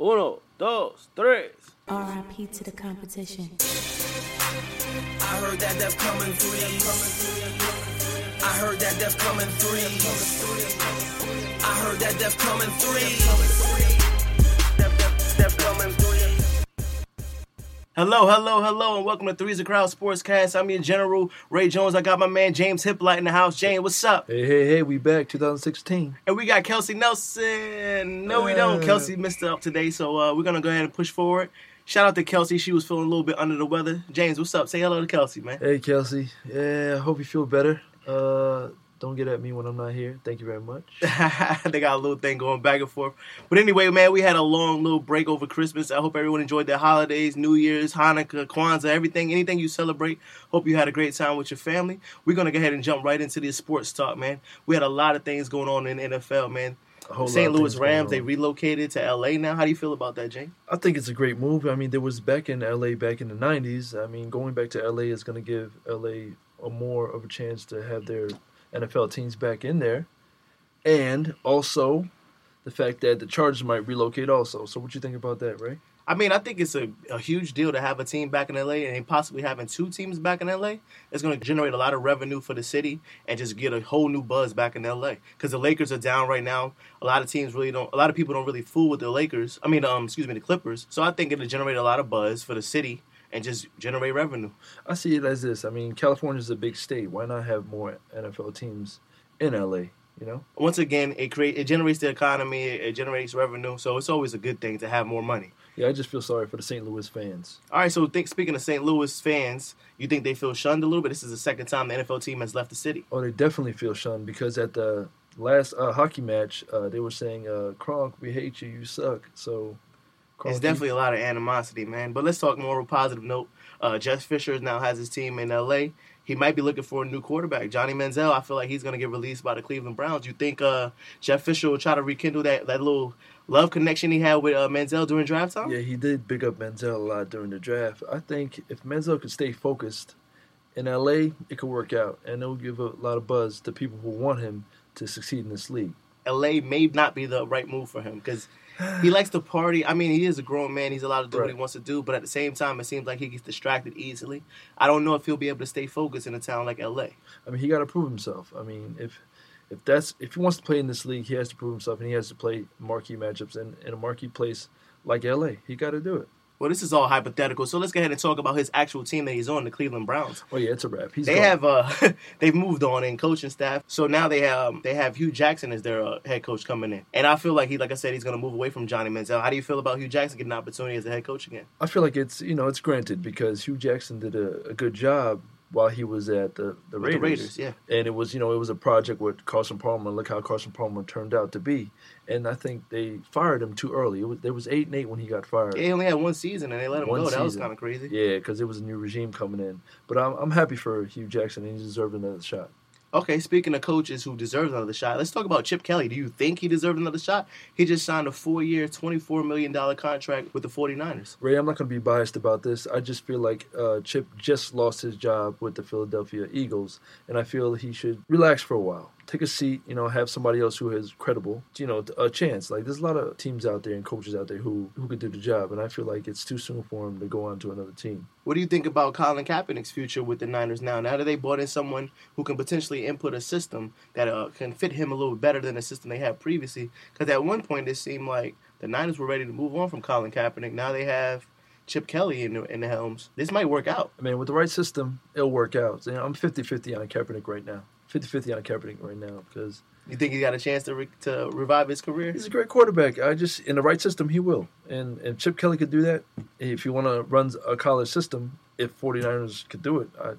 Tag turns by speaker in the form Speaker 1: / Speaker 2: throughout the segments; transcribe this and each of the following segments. Speaker 1: Uno, dos, tres.
Speaker 2: RIP to the competition.
Speaker 3: I heard that death coming three. I heard that death coming three. I heard that death coming three. Death, death, death coming three.
Speaker 1: Hello, hello, hello, and welcome to Threes of Crowd Sportscast. I'm your general, Ray Jones. I got my man James Hiplight in the house. James, what's up?
Speaker 4: Hey, hey, hey, we back 2016.
Speaker 1: And we got Kelsey Nelson. No, we don't.
Speaker 4: Uh.
Speaker 1: Kelsey missed it up today, so uh, we're gonna go ahead and push forward. Shout out to Kelsey. She was feeling a little bit under the weather. James, what's up? Say hello to Kelsey, man.
Speaker 4: Hey, Kelsey. Yeah, I hope you feel better. Uh, don't get at me when I'm not here. Thank you very much.
Speaker 1: they got a little thing going back and forth. But anyway, man, we had a long little break over Christmas. I hope everyone enjoyed their holidays, New Year's, Hanukkah, Kwanzaa, everything, anything you celebrate. Hope you had a great time with your family. We're gonna go ahead and jump right into this sports talk, man. We had a lot of things going on in the NFL, man.
Speaker 4: A whole lot
Speaker 1: St.
Speaker 4: of
Speaker 1: Louis
Speaker 4: things going
Speaker 1: Rams, they
Speaker 4: on.
Speaker 1: relocated to LA now. How do you feel about that, James?
Speaker 4: I think it's a great move. I mean, there was back in LA back in the 90s. I mean, going back to LA is going to give LA a more of a chance to have their NFL teams back in there. And also the fact that the Chargers might relocate also. So what you think about that, Ray?
Speaker 1: I mean, I think it's a, a huge deal to have a team back in LA and possibly having two teams back in LA. It's going to generate a lot of revenue for the city and just get a whole new buzz back in LA because the Lakers are down right now. A lot of teams really don't, a lot of people don't really fool with the Lakers. I mean, um, excuse me, the Clippers. So I think it'll generate a lot of buzz for the city and just generate revenue.
Speaker 4: I see it as this. I mean, California's a big state. Why not have more NFL teams in LA, you know?
Speaker 1: Once again, it create it generates the economy, it generates revenue. So it's always a good thing to have more money.
Speaker 4: Yeah, I just feel sorry for the St. Louis fans.
Speaker 1: All right, so think, speaking of St. Louis fans, you think they feel shunned a little bit? This is the second time the NFL team has left the city.
Speaker 4: Oh, they definitely feel shunned because at the last uh, hockey match, uh, they were saying, uh, "Kronk, we hate you. You suck." So, Kronk,
Speaker 1: It's
Speaker 4: he-
Speaker 1: definitely a lot of animosity, man. But let's talk more of a positive note. Uh, Jeff Fisher now has his team in L.A. He might be looking for a new quarterback. Johnny Manziel, I feel like he's going to get released by the Cleveland Browns. You think uh, Jeff Fisher will try to rekindle that, that little love connection he had with uh, Manziel during draft time?
Speaker 4: yeah, he did big up Manziel a lot during the draft. I think if Manziel could stay focused in LA, it could work out, and it'll give a lot of buzz to people who want him to succeed in this league.
Speaker 1: L.A. may not be the right move for him because he likes to party. I mean, he is a grown man. He's allowed to do what he
Speaker 4: Right.
Speaker 1: wants to do. But at the same time, it seems like he gets distracted easily. I don't know if he'll be able to stay focused in a town like L.A.
Speaker 4: I mean, he got to prove himself. I mean, if if that's if he wants to play in this league, he has to prove himself, and he has to play marquee matchups in, in a marquee place like LA. He got to do it.
Speaker 1: Well, this is all hypothetical. So let's go ahead and talk about his actual team that he's on, the Cleveland Browns.
Speaker 4: Oh yeah, it's a wrap. He's
Speaker 1: They
Speaker 4: gone.
Speaker 1: have uh, they've moved on in coaching staff, so now they have um, they have Hugh Jackson as their uh, head coach coming in, and I feel like he, like I said, he's going to move away from Johnny Manziel. How do you feel about Hugh Jackson getting an opportunity as a head coach again?
Speaker 4: I feel like it's you know it's granted because Hugh Jackson did a, a good job while he was at the the
Speaker 1: With the
Speaker 4: Raiders.
Speaker 1: Raiders, yeah.
Speaker 4: And it was you know it was a project with Carson Palmer. Look how Carson Palmer turned out to be. And I think they fired him too early. It was, there was eight and eight when he got fired.
Speaker 1: They only had one season and they let him
Speaker 4: One
Speaker 1: go. That was
Speaker 4: season.
Speaker 1: kind of crazy.
Speaker 4: Yeah, because it was a new regime coming in. But I'm I'm happy for Hugh Jackson. and He's deserving another shot.
Speaker 1: Okay, speaking of coaches who deserve another shot, let's talk about Chip Kelly. Do you think he deserved another shot? He just signed a four-year, twenty-four million dollar contract with the 49ers.
Speaker 4: Ray, I'm not going to be biased about this. I just feel like uh, Chip just lost his job with the Philadelphia Eagles, and I feel he should relax for a while, take a seat, you know, have somebody else who is credible, you know, a chance. Like there's a lot of teams out there and coaches out there who who could do the job, and I feel like it's too soon for him to go on to another team.
Speaker 1: What do you think about Colin Kaepernick's future with the Niners now? Now that they brought in someone who can potentially input a system that uh, can fit him a little better than the system they had previously, because at one point it seemed like the Niners were ready to move on from Colin Kaepernick. Now they have Chip Kelly in the, in the helms. This might work out.
Speaker 4: I mean, with the right system, it'll work out. You know, I'm 50-50 on Kaepernick right now. 50-50 on Kaepernick right now because
Speaker 1: You think he got a chance to re- to revive his career?
Speaker 4: He's a great quarterback. I just in the right system he will. And if Chip Kelly could do that, if you want to run a college system, if 49ers could do it, I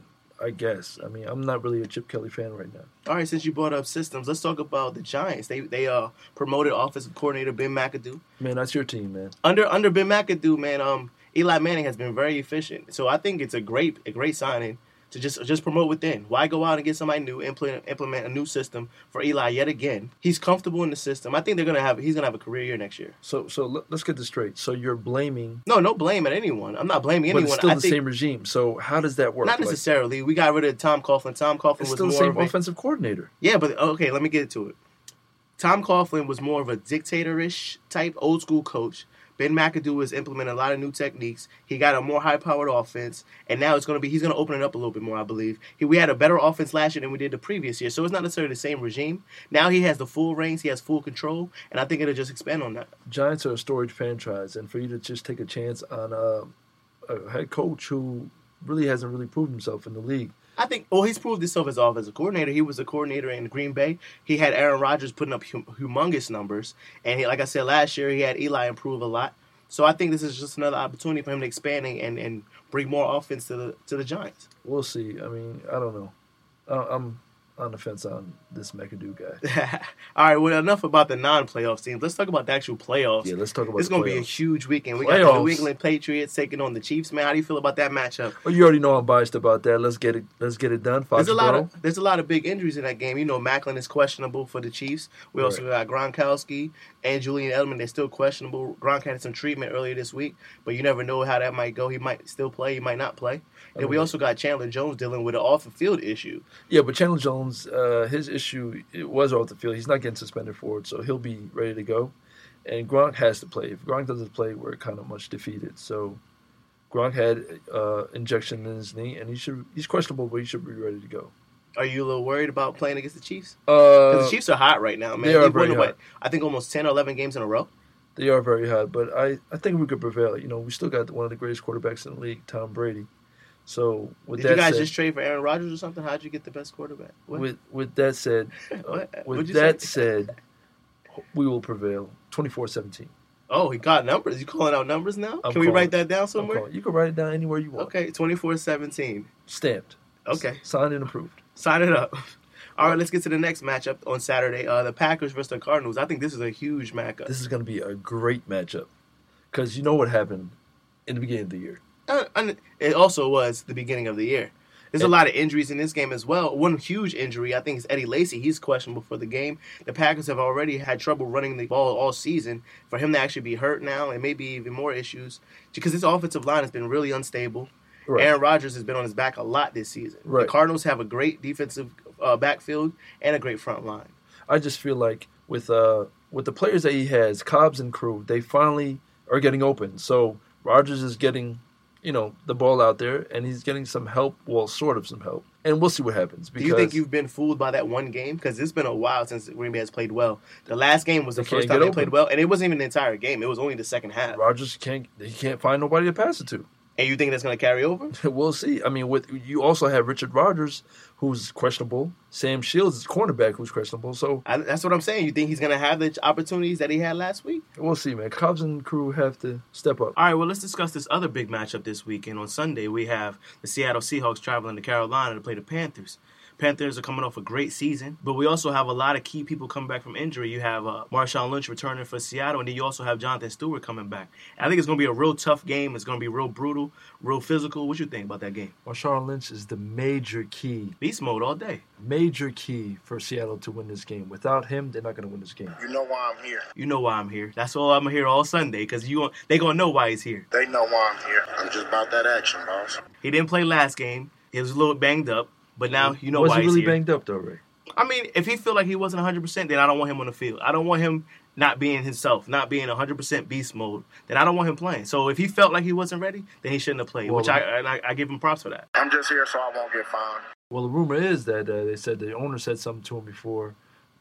Speaker 4: I guess. I mean, I'm not really a Chip Kelly fan right now.
Speaker 1: All right, since you brought up systems, let's talk about the Giants. They they uh promoted offensive coordinator Ben McAdoo.
Speaker 4: Man, that's your team, man.
Speaker 1: under under Ben McAdoo, man, um, Eli Manning has been very efficient. So I think it's a great a great signing to just just promote within. Why go out and get somebody new, implement implement a new system for Eli yet again? He's comfortable in the system. I think they're gonna have he's gonna have a career year next year.
Speaker 4: So so let- let's get this straight. So you're blaming
Speaker 1: No, no blame at anyone. I'm not blaming
Speaker 4: but
Speaker 1: anyone.
Speaker 4: it's still
Speaker 1: I
Speaker 4: the
Speaker 1: think
Speaker 4: same regime. So how does that work?
Speaker 1: not
Speaker 4: Like,
Speaker 1: necessarily. We got rid of Tom Coughlin. Tom Coughlin was
Speaker 4: it's still
Speaker 1: more
Speaker 4: the same
Speaker 1: of a-
Speaker 4: offensive coordinator.
Speaker 1: Yeah, but okay, let me get to it. Tom Coughlin was more of a dictatorish type, old school coach. Ben McAdoo has implemented a lot of new techniques. He got a more high-powered offense, and now it's going to be he's going to open it up a little bit more, I believe. He, we had a better offense last year than we did the previous year, so it's not necessarily the same regime. Now he has the full reins, he has full control, and I think it'll just expand on that.
Speaker 4: Giants are a storage franchise, and for you to just take a chance on a, a head coach who really hasn't really proved himself in the league.
Speaker 1: I think, well, he's proved himself as off as a coordinator. He was a coordinator in Green Bay. He had Aaron Rodgers putting up hum- humongous numbers. And he, like I said last year, he had Eli improve a lot. So I think this is just another opportunity for him to expanding and, and bring more offense to the to the Giants.
Speaker 4: We'll see. I mean, I don't know. I, I'm on the fence on this McAdoo guy.
Speaker 1: All right, well, enough about the non-playoff teams. Let's talk about the actual playoffs.
Speaker 4: Yeah, let's talk about.
Speaker 1: It's
Speaker 4: going
Speaker 1: to be a huge weekend. We playoffs. got the New England Patriots taking on the Chiefs. Man, how do you feel about that matchup?
Speaker 4: Well, you already know I'm biased about that. Let's get it. Let's get it done. Fox
Speaker 1: there's a lot of there's a lot of big injuries in that game. You know, Macklin is questionable for the Chiefs. We also right. got Gronkowski and Julian Edelman. They're still questionable. Gronk had some treatment earlier this week, but you never know how that might go. He might still play. He might not play. And okay. we also got Chandler Jones dealing with an off the field issue.
Speaker 4: Yeah, but Chandler Jones. Uh, his issue was off the field. He's not getting suspended for it, so he'll be ready to go. And Gronk has to play. If Gronk doesn't play, we're kind of much defeated. So Gronk had uh, injection in his knee, and he should he's questionable, but he should be ready to go.
Speaker 1: Are you a little worried about playing against the Chiefs? Because uh, the Chiefs are hot right now, man. They are very hot. I think almost ten or eleven games in a row.
Speaker 4: They are very hot, but I, I think we could prevail. You know, we still got one of the greatest quarterbacks in the league, Tom Brady. So with
Speaker 1: Did that, you guys
Speaker 4: said,
Speaker 1: just trade for Aaron Rodgers or something? How'd you get the best quarterback?
Speaker 4: What? With with that said, uh, with that said, we will prevail 24-17.
Speaker 1: Oh, he got numbers. You calling out numbers now? I'm can we write that down somewhere?
Speaker 4: You can write it down anywhere you want.
Speaker 1: Okay, 24-17.
Speaker 4: Stamped.
Speaker 1: Okay. S-
Speaker 4: signed and approved.
Speaker 1: Sign it up. All right, let's get to the next matchup on Saturday. Uh, the Packers versus the Cardinals. I think this is a huge matchup.
Speaker 4: This is going to be a great matchup because you know what happened in the beginning of the year.
Speaker 1: Uh, and it also was the beginning of the year. There's a lot of injuries in this game as well. One huge injury, I think, is Eddie Lacy. He's questionable for the game. The Packers have already had trouble running the ball all season. For him to actually be hurt now, and maybe even more issues because this offensive line has been really unstable. Right. Aaron Rodgers has been on his back a lot this season. Right. The Cardinals have a great defensive uh, backfield and a great front line.
Speaker 4: I just feel like with uh, with the players that he has, Cobbs and crew, they finally are getting open. So Rodgers is getting you know the ball out there, and he's getting some help. Well, sort of some help, and we'll see what happens.
Speaker 1: Do you think you've been fooled by that one game? Because it's been a while since Green Bay has played well. The last game was the first time they open. played well, and it wasn't even the entire game. It was only the second half.
Speaker 4: Rogers can't he can't find nobody to pass it to.
Speaker 1: And you think that's going to carry over?
Speaker 4: we'll see. I mean, with you also have Richard Rodgers, who's questionable. Sam Shields is cornerback, who's questionable. So
Speaker 1: I, that's what I'm saying. You think he's going to have the opportunities that he had last week?
Speaker 4: We'll see, man. Cobbs and crew have to step up.
Speaker 1: All right. Well, let's discuss this other big matchup this weekend. On Sunday, we have the Seattle Seahawks traveling to Carolina to play the Panthers. Panthers are coming off a great season, but we also have a lot of key people coming back from injury. You have uh, Marshawn Lynch returning for Seattle, and then you also have Jonathan Stewart coming back. And I think it's going to be a real tough game. It's going to be real brutal, real physical. What you think about that game?
Speaker 4: Marshawn Lynch is the major key.
Speaker 1: Beast mode all day.
Speaker 4: Major key for Seattle to win this game. Without him, they're not going to win this game.
Speaker 5: You know why I'm here.
Speaker 1: You know why I'm here. That's all I'm here all Sunday because you they going to know why he's here.
Speaker 5: They know why I'm here. I'm just about that action, boss.
Speaker 1: He didn't play last game. He was a little banged up. But now you know
Speaker 4: was
Speaker 1: why
Speaker 4: he really
Speaker 1: here.
Speaker 4: banged up though, Ray?
Speaker 1: I mean, if he feel like he wasn't 100, percent then I don't want him on the field. I don't want him not being himself, not being 100 percent beast mode. Then I don't want him playing. So if he felt like he wasn't ready, then he shouldn't have played. Well, which I, I, I give him props for that.
Speaker 5: I'm just here so I won't get fined.
Speaker 4: Well, the rumor is that uh, they said the owner said something to him before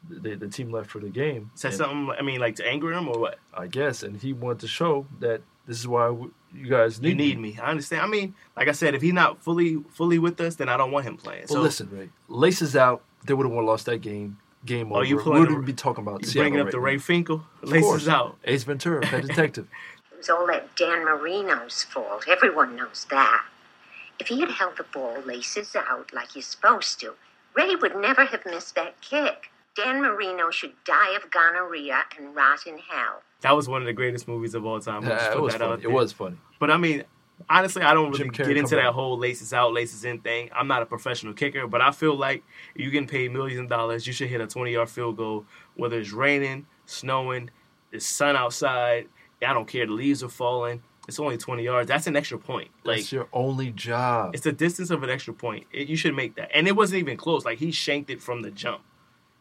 Speaker 4: the, the team left for the game.
Speaker 1: Said something. I mean, like to anger him or what?
Speaker 4: I guess, and he wanted to show that this is why we, you guys need
Speaker 1: you need me. me. I understand. I mean, like I said, if he's not fully fully with us, then I don't want him playing.
Speaker 4: Well, so listen, Ray, Laces out. They would have lost that game. Game oh, over. You we wouldn't the, be talking about.
Speaker 1: You bringing up right the Ray Finkel. Laces course. out.
Speaker 4: Ace Ventura, Pet Detective.
Speaker 6: It was all at Dan Marino's fault. Everyone knows that. If he had held the ball laces out like he's supposed to, Ray would never have missed that kick. Dan Marino should die of gonorrhea and rot in hell.
Speaker 1: That was one of the greatest movies of all time. We'll
Speaker 4: nah, it, was funny. it was funny.
Speaker 1: But I mean, honestly, I don't really get into that out. whole laces out, laces in thing. I'm not a professional kicker, but I feel like you can pay millions of dollars. You should hit a 20 yard field goal, whether it's raining, snowing, it's sun outside. I don't care. The leaves are falling. It's only 20 yards. That's an extra point.
Speaker 4: Like, That's your only job.
Speaker 1: It's the distance of an extra point. It, you should make that. And it wasn't even close. Like, he shanked it from the jump.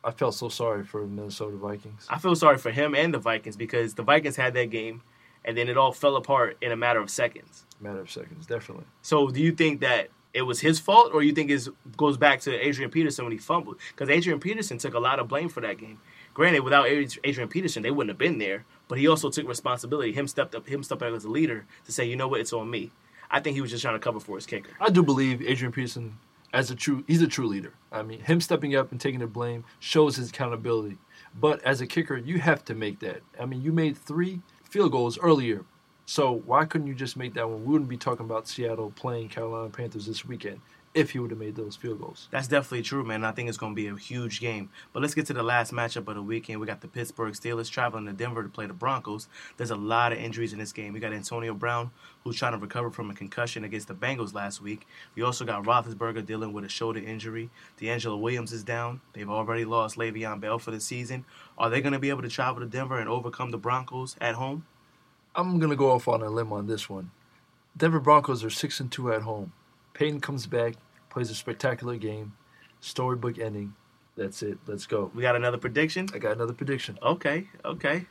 Speaker 4: I felt so sorry for Minnesota Vikings.
Speaker 1: I feel sorry for him and the Vikings because the Vikings had that game and then it all fell apart in a matter of seconds.
Speaker 4: Matter of seconds, definitely.
Speaker 1: So do you think that it was his fault, or you think it goes back to Adrian Peterson when he fumbled? Because Adrian Peterson took a lot of blame for that game. Granted, without Ad- Adrian Peterson, they wouldn't have been there. But he also took responsibility. Him stepped up. Him stepped up as a leader to say, you know what, it's on me. I think he was just trying to cover for his kicker.
Speaker 4: I do believe Adrian Peterson as a true he's a true leader. I mean, him stepping up and taking the blame shows his accountability. But as a kicker, you have to make that. I mean, you made three field goals earlier. So why couldn't you just make that one? We wouldn't be talking about Seattle playing Carolina Panthers this weekend if he would have made those field goals.
Speaker 1: That's definitely true, man. I think it's going to be a huge game. But let's get to the last matchup of the weekend. We got the Pittsburgh Steelers traveling to Denver to play the Broncos. There's a lot of injuries in this game. We got Antonio Brown, who's trying to recover from a concussion against the Bengals last week. We also got Roethlisberger dealing with a shoulder injury. D'Angelo Williams is down. They've already lost Le'Veon Bell for the season. Are they going to be able to travel to Denver and overcome the Broncos at home?
Speaker 4: I'm gonna go off on a limb on this one. Denver Broncos are six and two at home. Payton comes back, plays a spectacular game, storybook ending. That's it. Let's go.
Speaker 1: We got another prediction.
Speaker 4: I got another prediction.
Speaker 1: Okay, okay.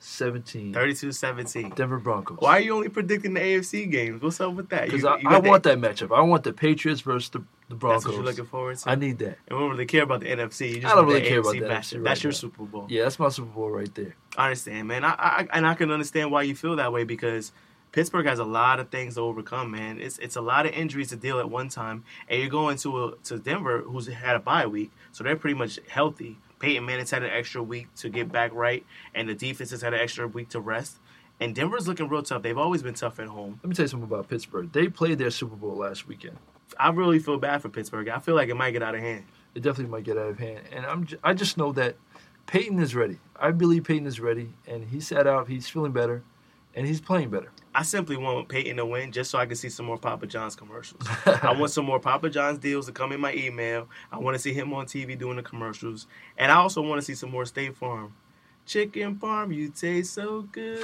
Speaker 4: 32-17.
Speaker 1: 32-17.
Speaker 4: Denver Broncos.
Speaker 1: Why are you only predicting the AFC games? What's up with that?
Speaker 4: Because
Speaker 1: You-
Speaker 4: I,
Speaker 1: you
Speaker 4: I
Speaker 1: got the-
Speaker 4: want that matchup. I want the Patriots versus the, the Broncos.
Speaker 1: That's what you're looking forward to.
Speaker 4: I need that.
Speaker 1: And we don't really care about the NFC. You just
Speaker 4: I don't
Speaker 1: want
Speaker 4: really care
Speaker 1: the AFC
Speaker 4: about the
Speaker 1: matchup.
Speaker 4: NFC right
Speaker 1: That's your
Speaker 4: now.
Speaker 1: Super Bowl.
Speaker 4: Yeah, that's my Super Bowl right there.
Speaker 1: I understand, man. I, I and I can understand why you feel that way because Pittsburgh has a lot of things to overcome, man. It's it's a lot of injuries to deal at one time, and you're going to a, to Denver, who's had a bye week, so they're pretty much healthy. Peyton Manning's had an extra week to get back right, and the defense has had an extra week to rest. And Denver's looking real tough. They've always been tough at home.
Speaker 4: Let me tell you something about Pittsburgh. They played their Super Bowl last weekend.
Speaker 1: I really feel bad for Pittsburgh. I feel like it might get out of hand.
Speaker 4: It definitely might get out of hand. And I'm j- I just know that Peyton is ready. I believe Peyton is ready, and he sat out. He's feeling better, and he's playing better.
Speaker 1: I simply want Peyton to win just so I can see some more Papa John's commercials. I want some more Papa John's deals to come in my email. I want to see him on TV doing the commercials. And I also want to see some more State Farm. Chicken farm, you taste so good.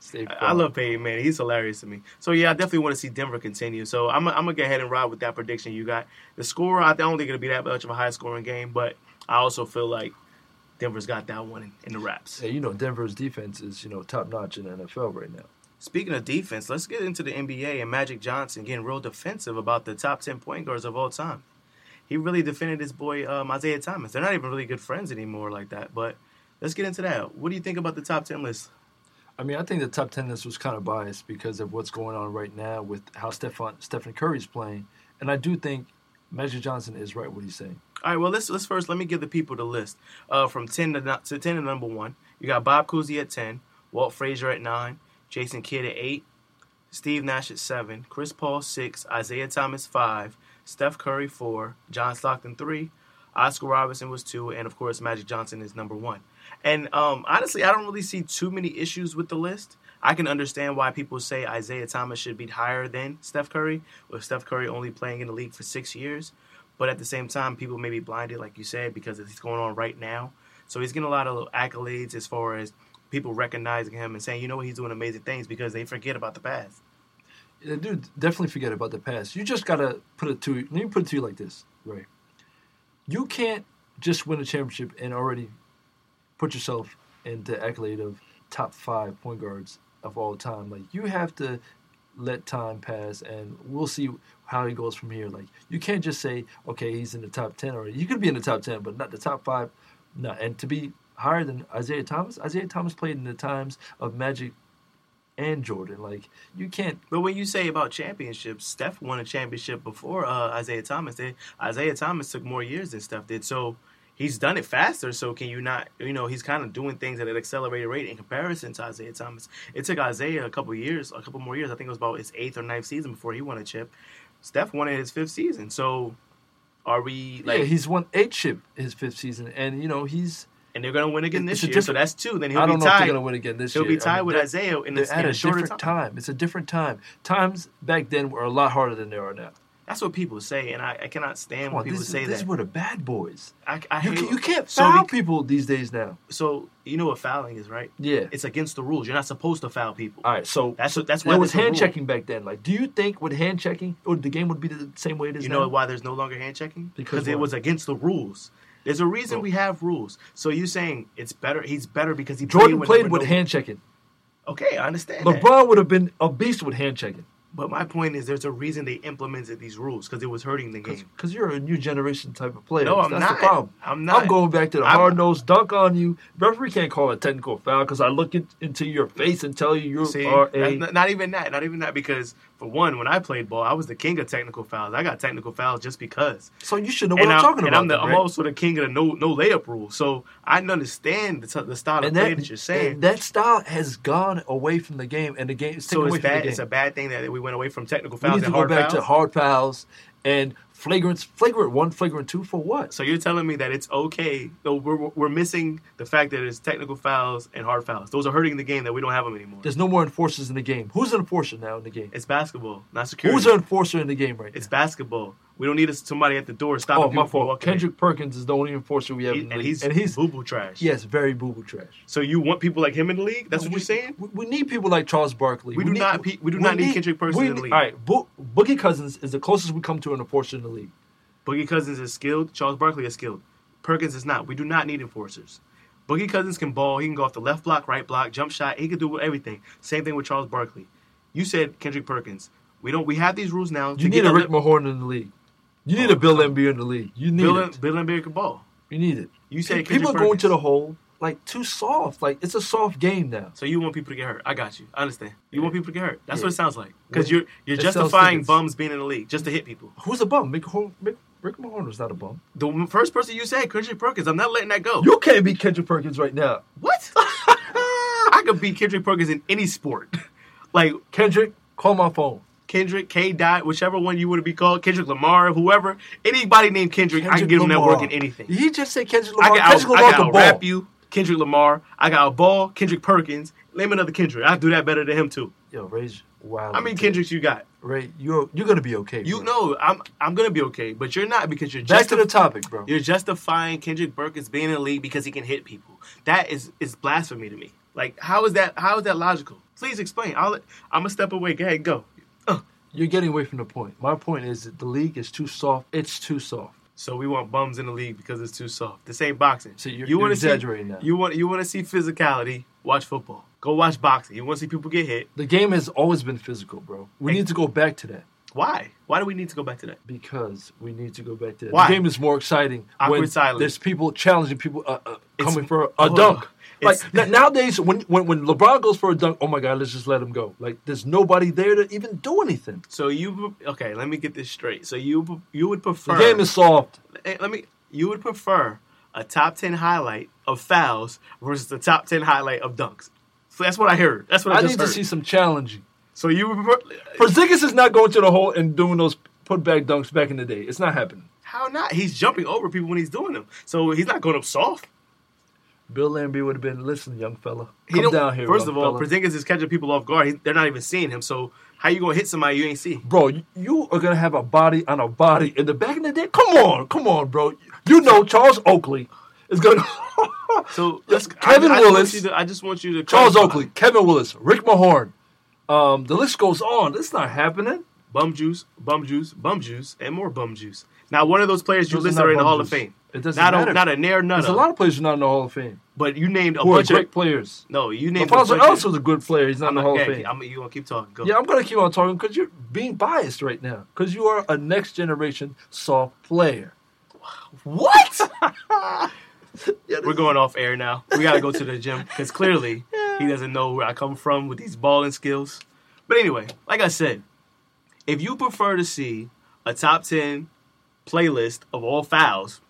Speaker 4: Stay
Speaker 1: Mm-hmm. I- I love Peyton, man. He's hilarious to me. So, yeah, I definitely want to see Denver continue. So, I'm, I'm going to go ahead and ride with that prediction you got. The score, I don't think it'll be that much of a high scoring game, but I also feel like Denver's got that one in, in the wraps.
Speaker 4: Yeah, you know Denver's defense is you know top notch in the NFL right now.
Speaker 1: Speaking of defense, let's get into the NBA and Magic Johnson getting real defensive about the top 10 point guards of all time. He really defended his boy um, Isaiah Thomas. They're not even really good friends anymore like that, but let's get into that. What do you think about the top 10 list?
Speaker 4: I mean, I think the top ten list was kind of biased because of what's going on right now with how Stefan Stephen Curry's playing, and I do think Magic Johnson is right what he's saying.
Speaker 1: All right, well, let's, let's first let me give the people the list. Uh, from 10 to, no- to 10 to number 1, you got Bob Cousy at 10, Walt Frazier at 9, Jason Kidd at 8, Steve Nash at 7, Chris Paul 6, Isaiah Thomas 5, Steph Curry 4, John Stockton 3, Oscar Robertson was 2, and of course, Magic Johnson is number 1. And um, honestly, I don't really see too many issues with the list. I can understand why people say Isaiah Thomas should be higher than Steph Curry, with Steph Curry only playing in the league for six years. But at the same time, people may be blinded, like you said, because it's going on right now. So he's getting a lot of accolades as far as people recognizing him and saying, you know what, he's doing amazing things because they forget about the past.
Speaker 4: Yeah, dude, definitely forget about the past. You just gotta put it to let me put it to you like this, right? You can't just win a championship and already put yourself in the accolade of top five point guards of all time. Like you have to let time pass and we'll see how he goes from here. Like you can't just say, okay, he's in the top ten already. You could be in the top ten, but not the top five. No, and to be higher than Isaiah Thomas, Isaiah Thomas played in the times of Magic and Jordan. Like you can't
Speaker 1: But when you say about championships, Steph won a championship before uh, Isaiah Thomas did. Isaiah Thomas took more years than Steph did, so he's done it faster. So can you not? You know, he's kind of doing things at an accelerated rate in comparison to Isaiah Thomas. It took Isaiah a couple years, a couple more years. I think it was about his eighth or ninth season before he won a chip. Steph won it his fifth season. So are we like?
Speaker 4: yeah, he's won eight chip his fifth season, and you know he's.
Speaker 1: and they're gonna win again
Speaker 4: It's
Speaker 1: this
Speaker 4: a
Speaker 1: year. So
Speaker 4: different-
Speaker 1: that's two. Then he'll
Speaker 4: I
Speaker 1: be
Speaker 4: don't know if
Speaker 1: tied.
Speaker 4: they're gonna win again this
Speaker 1: He'll
Speaker 4: year.
Speaker 1: be
Speaker 4: I
Speaker 1: tied
Speaker 4: mean,
Speaker 1: with
Speaker 4: they're-
Speaker 1: Isaiah in, a,
Speaker 4: They're at
Speaker 1: in a
Speaker 4: a
Speaker 1: shorter
Speaker 4: different
Speaker 1: time.
Speaker 4: time. It's a different time. Times back then were a lot harder than they are now.
Speaker 1: That's what people say, and I, I cannot stand
Speaker 4: Come on,
Speaker 1: when people
Speaker 4: these,
Speaker 1: say
Speaker 4: these
Speaker 1: that.
Speaker 4: were the bad boys.
Speaker 1: I, I
Speaker 4: You,
Speaker 1: hate
Speaker 4: can, you can't
Speaker 1: so
Speaker 4: foul
Speaker 1: bec-
Speaker 4: people these days now.
Speaker 1: so you know what fouling is, right?
Speaker 4: Yeah.
Speaker 1: It's against the rules. You're not supposed to foul people.
Speaker 4: All right, so
Speaker 1: That's
Speaker 4: so
Speaker 1: what- that's why
Speaker 4: there was
Speaker 1: there's a
Speaker 4: hand
Speaker 1: rule.
Speaker 4: checking back then. Like, do you think with hand checking, or the game would be the same way it is
Speaker 1: You
Speaker 4: now?
Speaker 1: know why there's no longer hand checking?
Speaker 4: Because Oh.
Speaker 1: Because it
Speaker 4: why?
Speaker 1: was against the rules. There's a reason
Speaker 4: Bro.
Speaker 1: we have rules. So you saying it's better? He's better because he
Speaker 4: Jordan
Speaker 1: when
Speaker 4: played
Speaker 1: there
Speaker 4: with
Speaker 1: were no-
Speaker 4: hand checking.
Speaker 1: Okay, I understand. that.
Speaker 4: LeBron would have been a beast with hand checking
Speaker 1: But my point is, there's a reason they implemented these rules because it was hurting the game.
Speaker 4: because you're a new generation type of player.
Speaker 1: No, I'm
Speaker 4: That's
Speaker 1: not.
Speaker 4: the problem.
Speaker 1: I'm not.
Speaker 4: I'm going back to the
Speaker 1: I'm-
Speaker 4: hard nose dunk on you. Referee can't call a technical foul because I look in, into your face and tell you you
Speaker 1: See,
Speaker 4: are a.
Speaker 1: not, not even that, not even that, because for one, when I played ball, I was the king of technical fouls. I got technical fouls just because.
Speaker 4: so you should know what I'm, talking
Speaker 1: and
Speaker 4: about.
Speaker 1: I'm, the,
Speaker 4: then,
Speaker 1: I'm
Speaker 4: right?
Speaker 1: also the king of the no no layup rule, so I understand the, t- the style of
Speaker 4: and
Speaker 1: play
Speaker 4: that,
Speaker 1: that you're saying.
Speaker 4: and that style has gone away from the game, and the game is
Speaker 1: so
Speaker 4: away
Speaker 1: it's
Speaker 4: from the
Speaker 1: bad.
Speaker 4: game.
Speaker 1: It's a bad thing that we went away from technical
Speaker 4: we
Speaker 1: fouls
Speaker 4: need to
Speaker 1: and
Speaker 4: go
Speaker 1: hard
Speaker 4: back
Speaker 1: fouls.
Speaker 4: to hard fouls and flagrants, flagrant one, flagrant two for what?
Speaker 1: so you're telling me that it's okay? Though we're we're missing the fact that it's technical fouls and hard fouls. Those are hurting the game that we don't have them anymore.
Speaker 4: There's no more enforcers in the game. Who's an enforcer now in the game?
Speaker 1: it's basketball, not security.
Speaker 4: Who's an enforcer in the game right
Speaker 1: It's
Speaker 4: now?
Speaker 1: basketball. We don't need a, somebody at the door stopping
Speaker 4: Oh,
Speaker 1: people
Speaker 4: my
Speaker 1: from
Speaker 4: fault.
Speaker 1: walking. in.
Speaker 4: Kendrick Perkins is the only enforcer we have,
Speaker 1: He-
Speaker 4: in the
Speaker 1: and
Speaker 4: league.
Speaker 1: he's
Speaker 4: and he's
Speaker 1: boo boo trash.
Speaker 4: yes, very boo boo trash.
Speaker 1: So you want people like him in the league? That's what
Speaker 4: We-
Speaker 1: you're saying?
Speaker 4: We, we need people like Charles Barkley.
Speaker 1: We do not pe- we do not need Kendrick Perkins
Speaker 4: we
Speaker 1: in the
Speaker 4: need-
Speaker 1: league.
Speaker 4: All right, Bo- Boogie Cousins is the closest we come to an enforcer in the league.
Speaker 1: Boogie Cousins is skilled. Charles Barkley is skilled. Perkins is not. We do not need enforcers. Boogie Cousins can ball. He can go off the left block, right block, jump shot. He can do everything. Same thing with Charles Barkley. You said Kendrick Perkins. We don't. We have these rules now.
Speaker 4: You need a Rick
Speaker 1: Bill,
Speaker 4: Mahorn in the league. You need
Speaker 1: Oh,
Speaker 4: a Bill
Speaker 1: come-
Speaker 4: Embiid in the league. You need
Speaker 1: Bill
Speaker 4: it.
Speaker 1: and Barry can ball.
Speaker 4: You need it.
Speaker 1: You said
Speaker 4: Pe-
Speaker 1: Kendrick
Speaker 4: people are going to
Speaker 1: Perkins.
Speaker 4: the hole like too soft. Like it's a soft game now.
Speaker 1: So you want people to get hurt? I got you. I understand. You want people to get hurt? That's
Speaker 4: Yeah.
Speaker 1: what it sounds like. Because
Speaker 4: Yeah.
Speaker 1: you're you're
Speaker 4: It sells
Speaker 1: justifying
Speaker 4: tickets.
Speaker 1: bums being in the league just to hit people.
Speaker 4: Who's a bum? Mick, Hor- Mick, Rick Mahorn was not a bum.
Speaker 1: The first person you said, Kendrick Perkins. I'm not letting that go.
Speaker 4: You can't beat Kendrick Perkins right now.
Speaker 1: What? I could beat Kendrick Perkins in any sport. Like
Speaker 4: Kendrick, call my phone.
Speaker 1: Kendrick, K. Dot, whichever one you would be called, Kendrick Lamar, whoever, anybody named Kendrick, I can
Speaker 4: Kendrick
Speaker 1: get him that
Speaker 4: Lamar.
Speaker 1: work in anything.
Speaker 4: He just said Kendrick
Speaker 1: I
Speaker 4: Lamar.
Speaker 1: can
Speaker 4: Kendrick
Speaker 1: out,
Speaker 4: Lamar
Speaker 1: I
Speaker 4: can
Speaker 1: can
Speaker 4: ball.
Speaker 1: rap you, Kendrick Lamar. I got a ball, Kendrick Perkins. Name another Kendrick. I do that better than him too.
Speaker 4: Yo, Rage. Wow.
Speaker 1: How many Kendricks you got?
Speaker 4: Ray, you're you're gonna be okay.
Speaker 1: You
Speaker 4: bro.
Speaker 1: know, I'm I'm gonna be okay, but you're not because you're
Speaker 4: Back to the
Speaker 1: justif-
Speaker 4: topic, bro.
Speaker 1: You're justifying Kendrick Perkins being in the league because he can hit people. That is is blasphemy to me. Like, how is that? How is that logical? Please explain. I'll, I'm gonna step away. Go ahead, go. Uh.
Speaker 4: You're getting away from the point. My point is that the league is too soft. It's too soft.
Speaker 1: So we want bums in the league because it's too soft. This ain't boxing.
Speaker 4: So you're-
Speaker 1: you
Speaker 4: you're
Speaker 1: wanna
Speaker 4: exaggerating
Speaker 1: see,
Speaker 4: now.
Speaker 1: You want you want to see physicality? Watch football. Go watch boxing. You want to see people get hit?
Speaker 4: The game has always been physical, bro. We
Speaker 1: Hey.
Speaker 4: need to go back to that
Speaker 1: Why? Why do we need to go back to that?
Speaker 4: because we need to go back to that.
Speaker 1: Why?
Speaker 4: The game is more exciting when
Speaker 1: Awkward silence.
Speaker 4: there's people challenging people uh, uh,
Speaker 1: It's-
Speaker 4: coming for a
Speaker 1: oh,
Speaker 4: dunk. Like
Speaker 1: it's-
Speaker 4: n- nowadays, when, when when LeBron goes for a dunk, oh my God, let's just let him go. Like there's nobody there to even do anything.
Speaker 1: So you okay? Let me get this straight. So you you would
Speaker 4: The
Speaker 1: prefer
Speaker 4: game is soft.
Speaker 1: Hey, let me. You would prefer a top ten highlight of fouls versus the top ten highlight of dunks. So that's what I heard. That's what I,
Speaker 4: I
Speaker 1: just
Speaker 4: need
Speaker 1: heard.
Speaker 4: to see some challenging.
Speaker 1: so you would prefer,
Speaker 4: Porzingis is not going to the hole and doing those put back dunks back in the day. It's not happening.
Speaker 1: how not? He's jumping over people when he's doing them. So he's not going up soft.
Speaker 4: Bill Lambie would have been, listen, young fella,
Speaker 1: He
Speaker 4: come
Speaker 1: don't-
Speaker 4: down here.
Speaker 1: First
Speaker 4: young
Speaker 1: of all,
Speaker 4: fella."
Speaker 1: Porzingis is catching people off guard. He, they're not even seeing him. So how you gonna hit somebody you ain't see?
Speaker 4: bro, you- you are gonna have a body on a body in the back in the day. Come on, come on, bro. You know Charles Oakley is gonna.
Speaker 1: So
Speaker 4: Yes,
Speaker 1: let's- I-
Speaker 4: Kevin
Speaker 1: I, just want
Speaker 4: Willis.
Speaker 1: you to- I just want you to
Speaker 4: Charles
Speaker 1: clarify.
Speaker 4: Oakley, Kevin Willis, Rick Mahorn. Um, the list goes on. It's not happening.
Speaker 1: bum juice, bum juice, bum juice, and more bum juice. Now one of those players you
Speaker 4: Those are
Speaker 1: listed
Speaker 4: not
Speaker 1: are in the
Speaker 4: bum
Speaker 1: Hall of
Speaker 4: juice.
Speaker 1: Fame.
Speaker 4: It doesn't
Speaker 1: not
Speaker 4: matter.
Speaker 1: A, not a near none.
Speaker 4: There's a lot of players who are not in the Hall of Fame.
Speaker 1: but you named a
Speaker 4: Who are
Speaker 1: bunch
Speaker 4: great
Speaker 1: of
Speaker 4: players.
Speaker 1: No, you named
Speaker 4: Alfonso
Speaker 1: a bunch
Speaker 4: Ellis
Speaker 1: of,
Speaker 4: was a good player. He's not in the Hall of Fame.
Speaker 1: I'm, you gonna keep talking? Go.
Speaker 4: yeah, I'm gonna keep on talking because you're being biased right now. Because you are a next generation soft player.
Speaker 1: What? We're going off air now. We gotta go to the gym because clearly he doesn't know where I come from with these balling skills. But anyway, like I said, if you prefer to see a top ten playlist of all fouls,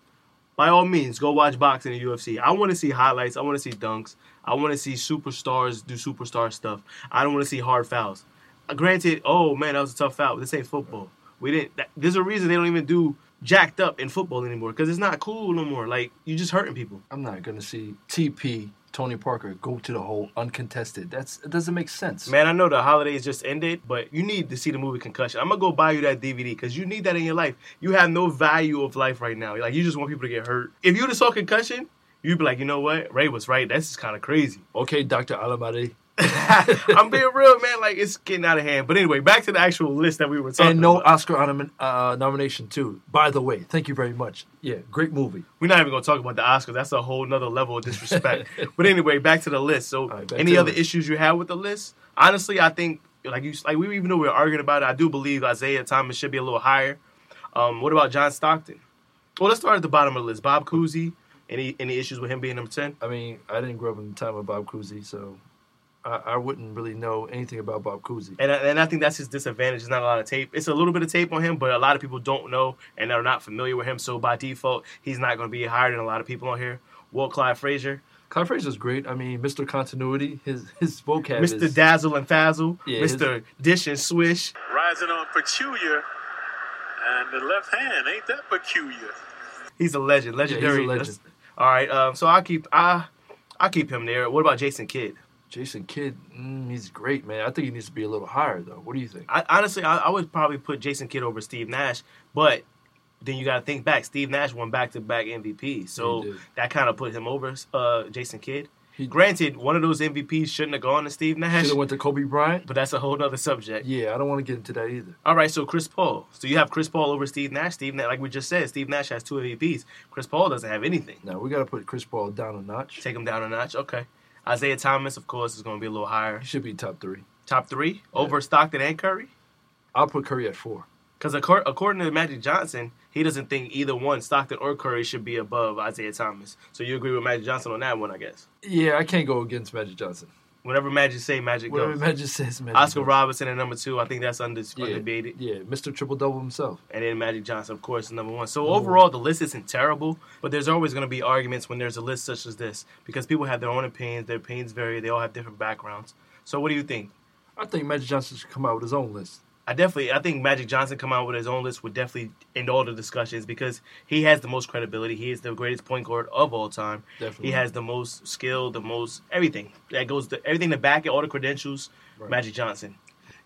Speaker 1: by all means, go watch boxing and UFC. I want to see highlights. I want to see dunks. I want to see superstars do superstar stuff. I don't want to see hard fouls. Uh, Granted, oh man, that was a tough foul. This ain't football. We didn't. That, there's a reason they don't even do jacked up in football anymore because it's not cool no more. Like you just hurting people.
Speaker 4: I'm not gonna see TP Tony Parker go to the hole uncontested. That's it doesn't make sense.
Speaker 1: Man, I know the holidays just ended, but you need to see the movie Concussion. I'm gonna go buy you that DVD because you need that in your life. You have no value of life right now. Like you just want people to get hurt. If you would have saw Concussion, you'd be like, you know what? Ray was right. That's just kind of crazy.
Speaker 4: Okay, Doctor Alamade.
Speaker 1: I'm being real, man. Like it's getting out of hand. But anyway, back to the actual list that we were talking.
Speaker 4: and no
Speaker 1: about.
Speaker 4: Oscar nom- uh, nomination too. By the way, thank you very much. Yeah, great movie.
Speaker 1: we're not even gonna talk about the Oscars. That's a whole nother level of disrespect. but anyway, back to the list. So,
Speaker 4: right, back to
Speaker 1: any
Speaker 4: the
Speaker 1: other
Speaker 4: list.
Speaker 1: issues you had with the list? Honestly, I think like you like we even though we were arguing about it, I do believe Isaiah Thomas should be a little higher. Um, what about John Stockton? Well, let's start at the bottom of the list. Bob Cousy. Any any issues with him being number ten?
Speaker 4: I mean, I didn't grow up in the time of Bob Cousy, so I, I wouldn't really know anything about Bob Cousy.
Speaker 1: And I, and I think that's his disadvantage. There's not a lot of tape. It's a little bit of tape on him, but a lot of people don't know and are not familiar with him. So by default, he's not going to be higher than a lot of people on here. Walt Clyde Frazier,
Speaker 4: Clyde Fraser's great. I mean, Mr. Continuity, his his vocab
Speaker 1: Mr.
Speaker 4: is
Speaker 1: Dazzle and Fazzle,
Speaker 4: Yeah, his-
Speaker 1: Mr. Dish and Swish.
Speaker 7: Rising on peculiar and the left hand. Ain't that peculiar?
Speaker 1: He's a legend,
Speaker 4: he's a
Speaker 1: legendary.
Speaker 4: legend.
Speaker 1: All right, um, so I keep I I keep him there. What about Jason Kidd?
Speaker 4: Jason Kidd. Mm, he's great, man. I think he needs to be a little higher though. What do you think?
Speaker 1: I, honestly, I, I would probably put Jason Kidd over Steve Nash, but then you got to think back. Steve Nash won back to back MVP,
Speaker 4: He
Speaker 1: so
Speaker 4: did.
Speaker 1: that kind of put him over uh, Jason Kidd.
Speaker 4: He-
Speaker 1: Granted, one of those MVPs shouldn't have gone to Steve Nash,
Speaker 4: Should have went to Kobe Bryant.
Speaker 1: but that's a whole nother subject.
Speaker 4: Yeah, I don't want to get into that either.
Speaker 1: All right, so Chris Paul. So you have Chris Paul over Steve Nash. Steve, Nash, like we just said, Steve Nash has two MVPs. Chris Paul doesn't have anything.
Speaker 4: Now we got to put Chris Paul down a notch.
Speaker 1: Take him down a notch. Okay. Isaiah Thomas, of course, is going to be a little higher.
Speaker 4: He should be top three.
Speaker 1: Top three over Stockton and Curry.
Speaker 4: I'll put Curry at four.
Speaker 1: Because according to Magic Johnson, he doesn't think either one, Stockton or Curry, should be above Isaiah Thomas. So you agree with Magic Johnson on that one, I guess.
Speaker 4: Yeah, I can't go against Magic Johnson.
Speaker 1: Whenever Magic say Magic
Speaker 4: Whatever
Speaker 1: goes.
Speaker 4: Magic says, Magic.
Speaker 1: Oscar
Speaker 4: goes.
Speaker 1: Robinson at number two, I think that's undis-
Speaker 4: yeah,
Speaker 1: undebated.
Speaker 4: yeah, Mr. Triple Double himself.
Speaker 1: And then Magic Johnson, of course, is number one. So overall, the list isn't terrible, but there's always going to be arguments when there's a list such as this because people have their own opinions. Their opinions vary. They all have different backgrounds. So what do you think?
Speaker 4: I think Magic Johnson should come out with his own list.
Speaker 1: I definitely, I think Magic Johnson come out with his own list would definitely end all the discussions because he has the most credibility. He is the greatest point guard of all time.
Speaker 4: Definitely.
Speaker 1: he has the most skill, the most everything that goes to everything to back it, all the credentials. Magic Johnson.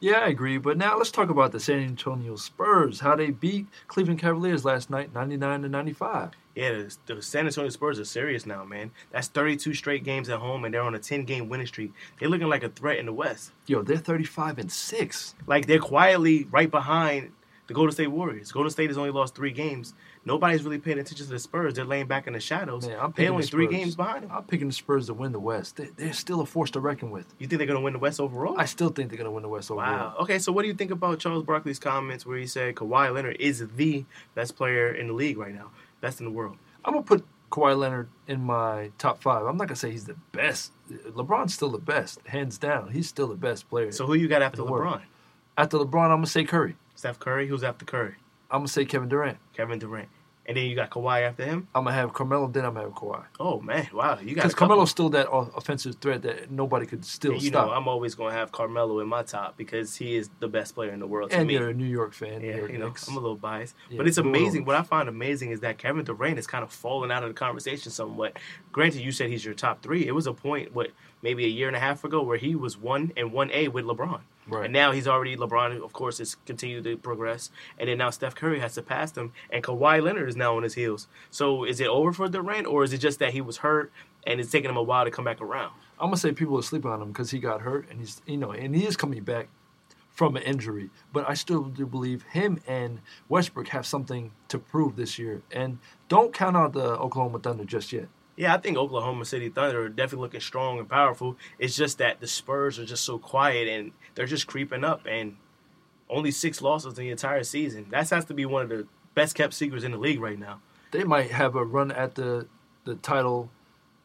Speaker 4: Yeah, I agree. But now let's talk about the San Antonio Spurs. How they beat Cleveland Cavaliers last night, ninety nine to ninety five.
Speaker 1: Yeah, the, the San Antonio Spurs are serious now, man. That's 32 straight games at home, and they're on a 10 game winning streak. They're looking like a threat in the West.
Speaker 4: Yo, they're thirty five and six.
Speaker 1: Like they're quietly right behind the Golden State Warriors. Golden State has only lost three games. Nobody's really paying attention to the Spurs. They're laying back in the shadows.
Speaker 4: Man, I'm
Speaker 1: they're
Speaker 4: picking
Speaker 1: only
Speaker 4: the
Speaker 1: three
Speaker 4: Spurs.
Speaker 1: games behind them.
Speaker 4: I'm picking the Spurs to win the West. They, they're still a force to reckon with.
Speaker 1: You think they're going to win the West overall?
Speaker 4: I still think they're gonna win the West overall.
Speaker 1: wow. Okay, so what do you think about Charles Barkley's comments where he said Kawhi Leonard is the best player in the league right now, best in the world?
Speaker 4: I'm gonna put Kawhi Leonard in my top five. I'm not gonna say he's the best. LeBron's still the best, hands down. He's still the best player.
Speaker 1: So who you got after
Speaker 4: In the world.
Speaker 1: LeBron?
Speaker 4: after LeBron, I'm gonna say Curry.
Speaker 1: Steph Curry. Who's after Curry?
Speaker 4: I'm gonna say Kevin Durant.
Speaker 1: Kevin Durant. And then you got Kawhi after him.
Speaker 4: I'm gonna have Carmelo. Then I'm gonna have Kawhi.
Speaker 1: Oh man, wow, you got a
Speaker 4: Because
Speaker 1: couple.
Speaker 4: Carmelo's still that o- offensive threat that nobody could still
Speaker 1: You know,
Speaker 4: stop.
Speaker 1: I'm always going to have Carmelo in my top because he is the best player in the world to
Speaker 4: and
Speaker 1: me.
Speaker 4: you're a New York fan. New
Speaker 1: Yeah,
Speaker 4: York
Speaker 1: you know,
Speaker 4: Knicks.
Speaker 1: I'm a little biased,
Speaker 4: Yeah,
Speaker 1: but it's
Speaker 4: boo.
Speaker 1: amazing. What I find amazing is that Kevin Durant is kind of falling out of the conversation somewhat. Granted, you said he's your top three. It was a point, what maybe a year and a half ago, where he was one and one A with LeBron,
Speaker 4: Right.
Speaker 1: and now he's already LeBron. Of course, has continued to progress, and then now Steph Curry has surpassed him, and Kawhi Leonard is now on his heels. So, is it over for Durant, or is it just that he was hurt and it's taking him a while to come back around?
Speaker 4: I'm gonna say people are sleeping on him because he got hurt, and he's you know, and he is coming back from an injury. But I still do believe him and Westbrook have something to prove this year, and don't count out the Oklahoma Thunder just yet.
Speaker 1: Yeah, I think Oklahoma City Thunder are definitely looking strong and powerful. It's just that the Spurs are just so quiet and they're just creeping up and only six losses in the entire season. That has to be one of the best kept secrets in the league right now.
Speaker 4: They might have a run at the the title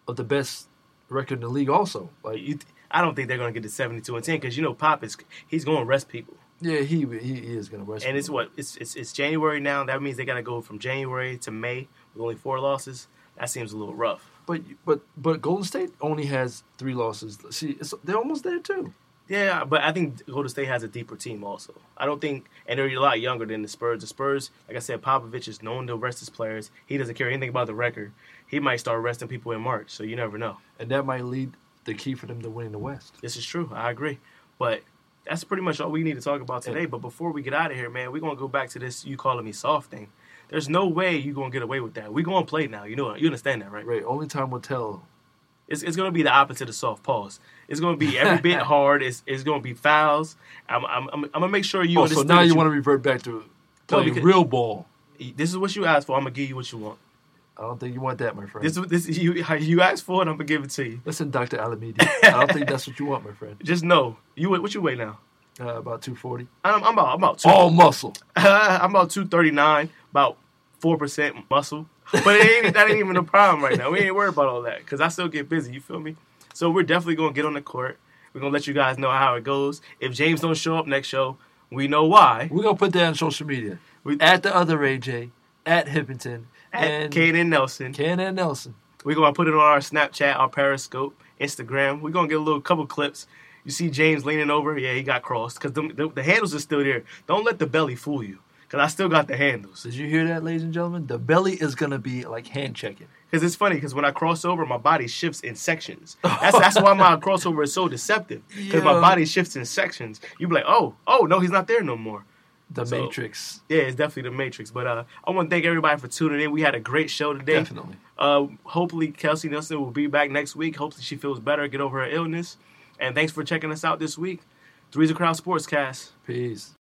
Speaker 4: of the best record in the league, also. Like
Speaker 1: You th- I don't think they're going to get to 72 and 10 because, you know, Pop is he's going to rest people.
Speaker 4: yeah, he he, he is gonna Westbrook.
Speaker 1: And it's what? It's, it's, it's January now. That means they got to go from January to May with only four losses. That seems a little rough.
Speaker 4: But but but Golden State only has three losses. See, it's, they're almost there too.
Speaker 1: Yeah, but I think Golden State has a deeper team also. I don't think, and they're a lot younger than the Spurs. The Spurs, like I said, Popovich is known to rest his players. He doesn't care anything about the record. He might start resting people in March, so you never know.
Speaker 4: and that might lead the key for them to winning the West.
Speaker 1: This is true. I agree. But that's pretty much all we need to talk about today. But before we get out of here, man, we're going to go back to this you calling me soft thing. There's no way you're going to get away with that. We're going to play now. You know, you understand that, right?
Speaker 4: Right, only time will tell
Speaker 1: It's, it's going to be the opposite of soft pause. It's going to be every bit hard. It's, it's going to be fouls. I'm, I'm, I'm, I'm going to make sure you
Speaker 4: Oh, so
Speaker 1: understand.
Speaker 4: now
Speaker 1: that
Speaker 4: you want to revert back to playing
Speaker 1: because-
Speaker 4: real ball.
Speaker 1: This is what you asked for. I'm going to give you what you want.
Speaker 4: I don't think you want that, my friend.
Speaker 1: This is this is- you you asked for it. I'm gonna give it to you.
Speaker 4: Listen, Dr. Alamedi, I don't think that's what you want, my friend.
Speaker 1: Just know you wait- what you weigh now.
Speaker 4: Uh, about 240.
Speaker 1: I'm, I'm about I'm about two,
Speaker 4: All muscle.
Speaker 1: I'm about two thirty nine, about four percent muscle. But it ain't that ain't even a problem right now. We ain't worried about all that because I still get busy. You feel me? So we're definitely gonna get on the court. We're gonna let you guys know how it goes. If James don't show up next show, we know why.
Speaker 4: We're going to put that on social media.
Speaker 1: We-
Speaker 4: at the other AJ, at Hippington,
Speaker 1: At
Speaker 4: and
Speaker 1: Kane and Nelson.
Speaker 4: Ken and Nelson.
Speaker 1: We're gonna put it on our Snapchat, our Periscope, Instagram. We're gonna get a little couple clips. You see James leaning over. Yeah, he got crossed because the, the, handles are still there. Don't let the belly fool you. Cause I still got the handles.
Speaker 4: Did you hear that, ladies and gentlemen? The belly is going to be like hand checking.
Speaker 1: Cause it's funny. Cause when I cross over, my body shifts in sections. That's that's why my crossover is so deceptive. Cause my
Speaker 4: Yeah.
Speaker 1: body shifts in sections. You be like, oh, oh no, he's not there no more.
Speaker 4: The
Speaker 1: So-
Speaker 4: Matrix.
Speaker 1: Yeah, it's definitely the Matrix. But uh, I want to thank everybody for tuning in. We had a great show today.
Speaker 4: Definitely.
Speaker 1: Uh, hopefully, Kelsey Nelson will be back next week. Hopefully, she feels better, get over her illness. And thanks for checking us out this week. Three's a Crowd Sportscast.
Speaker 4: Peace.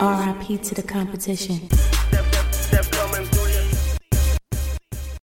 Speaker 2: RIP to the competition.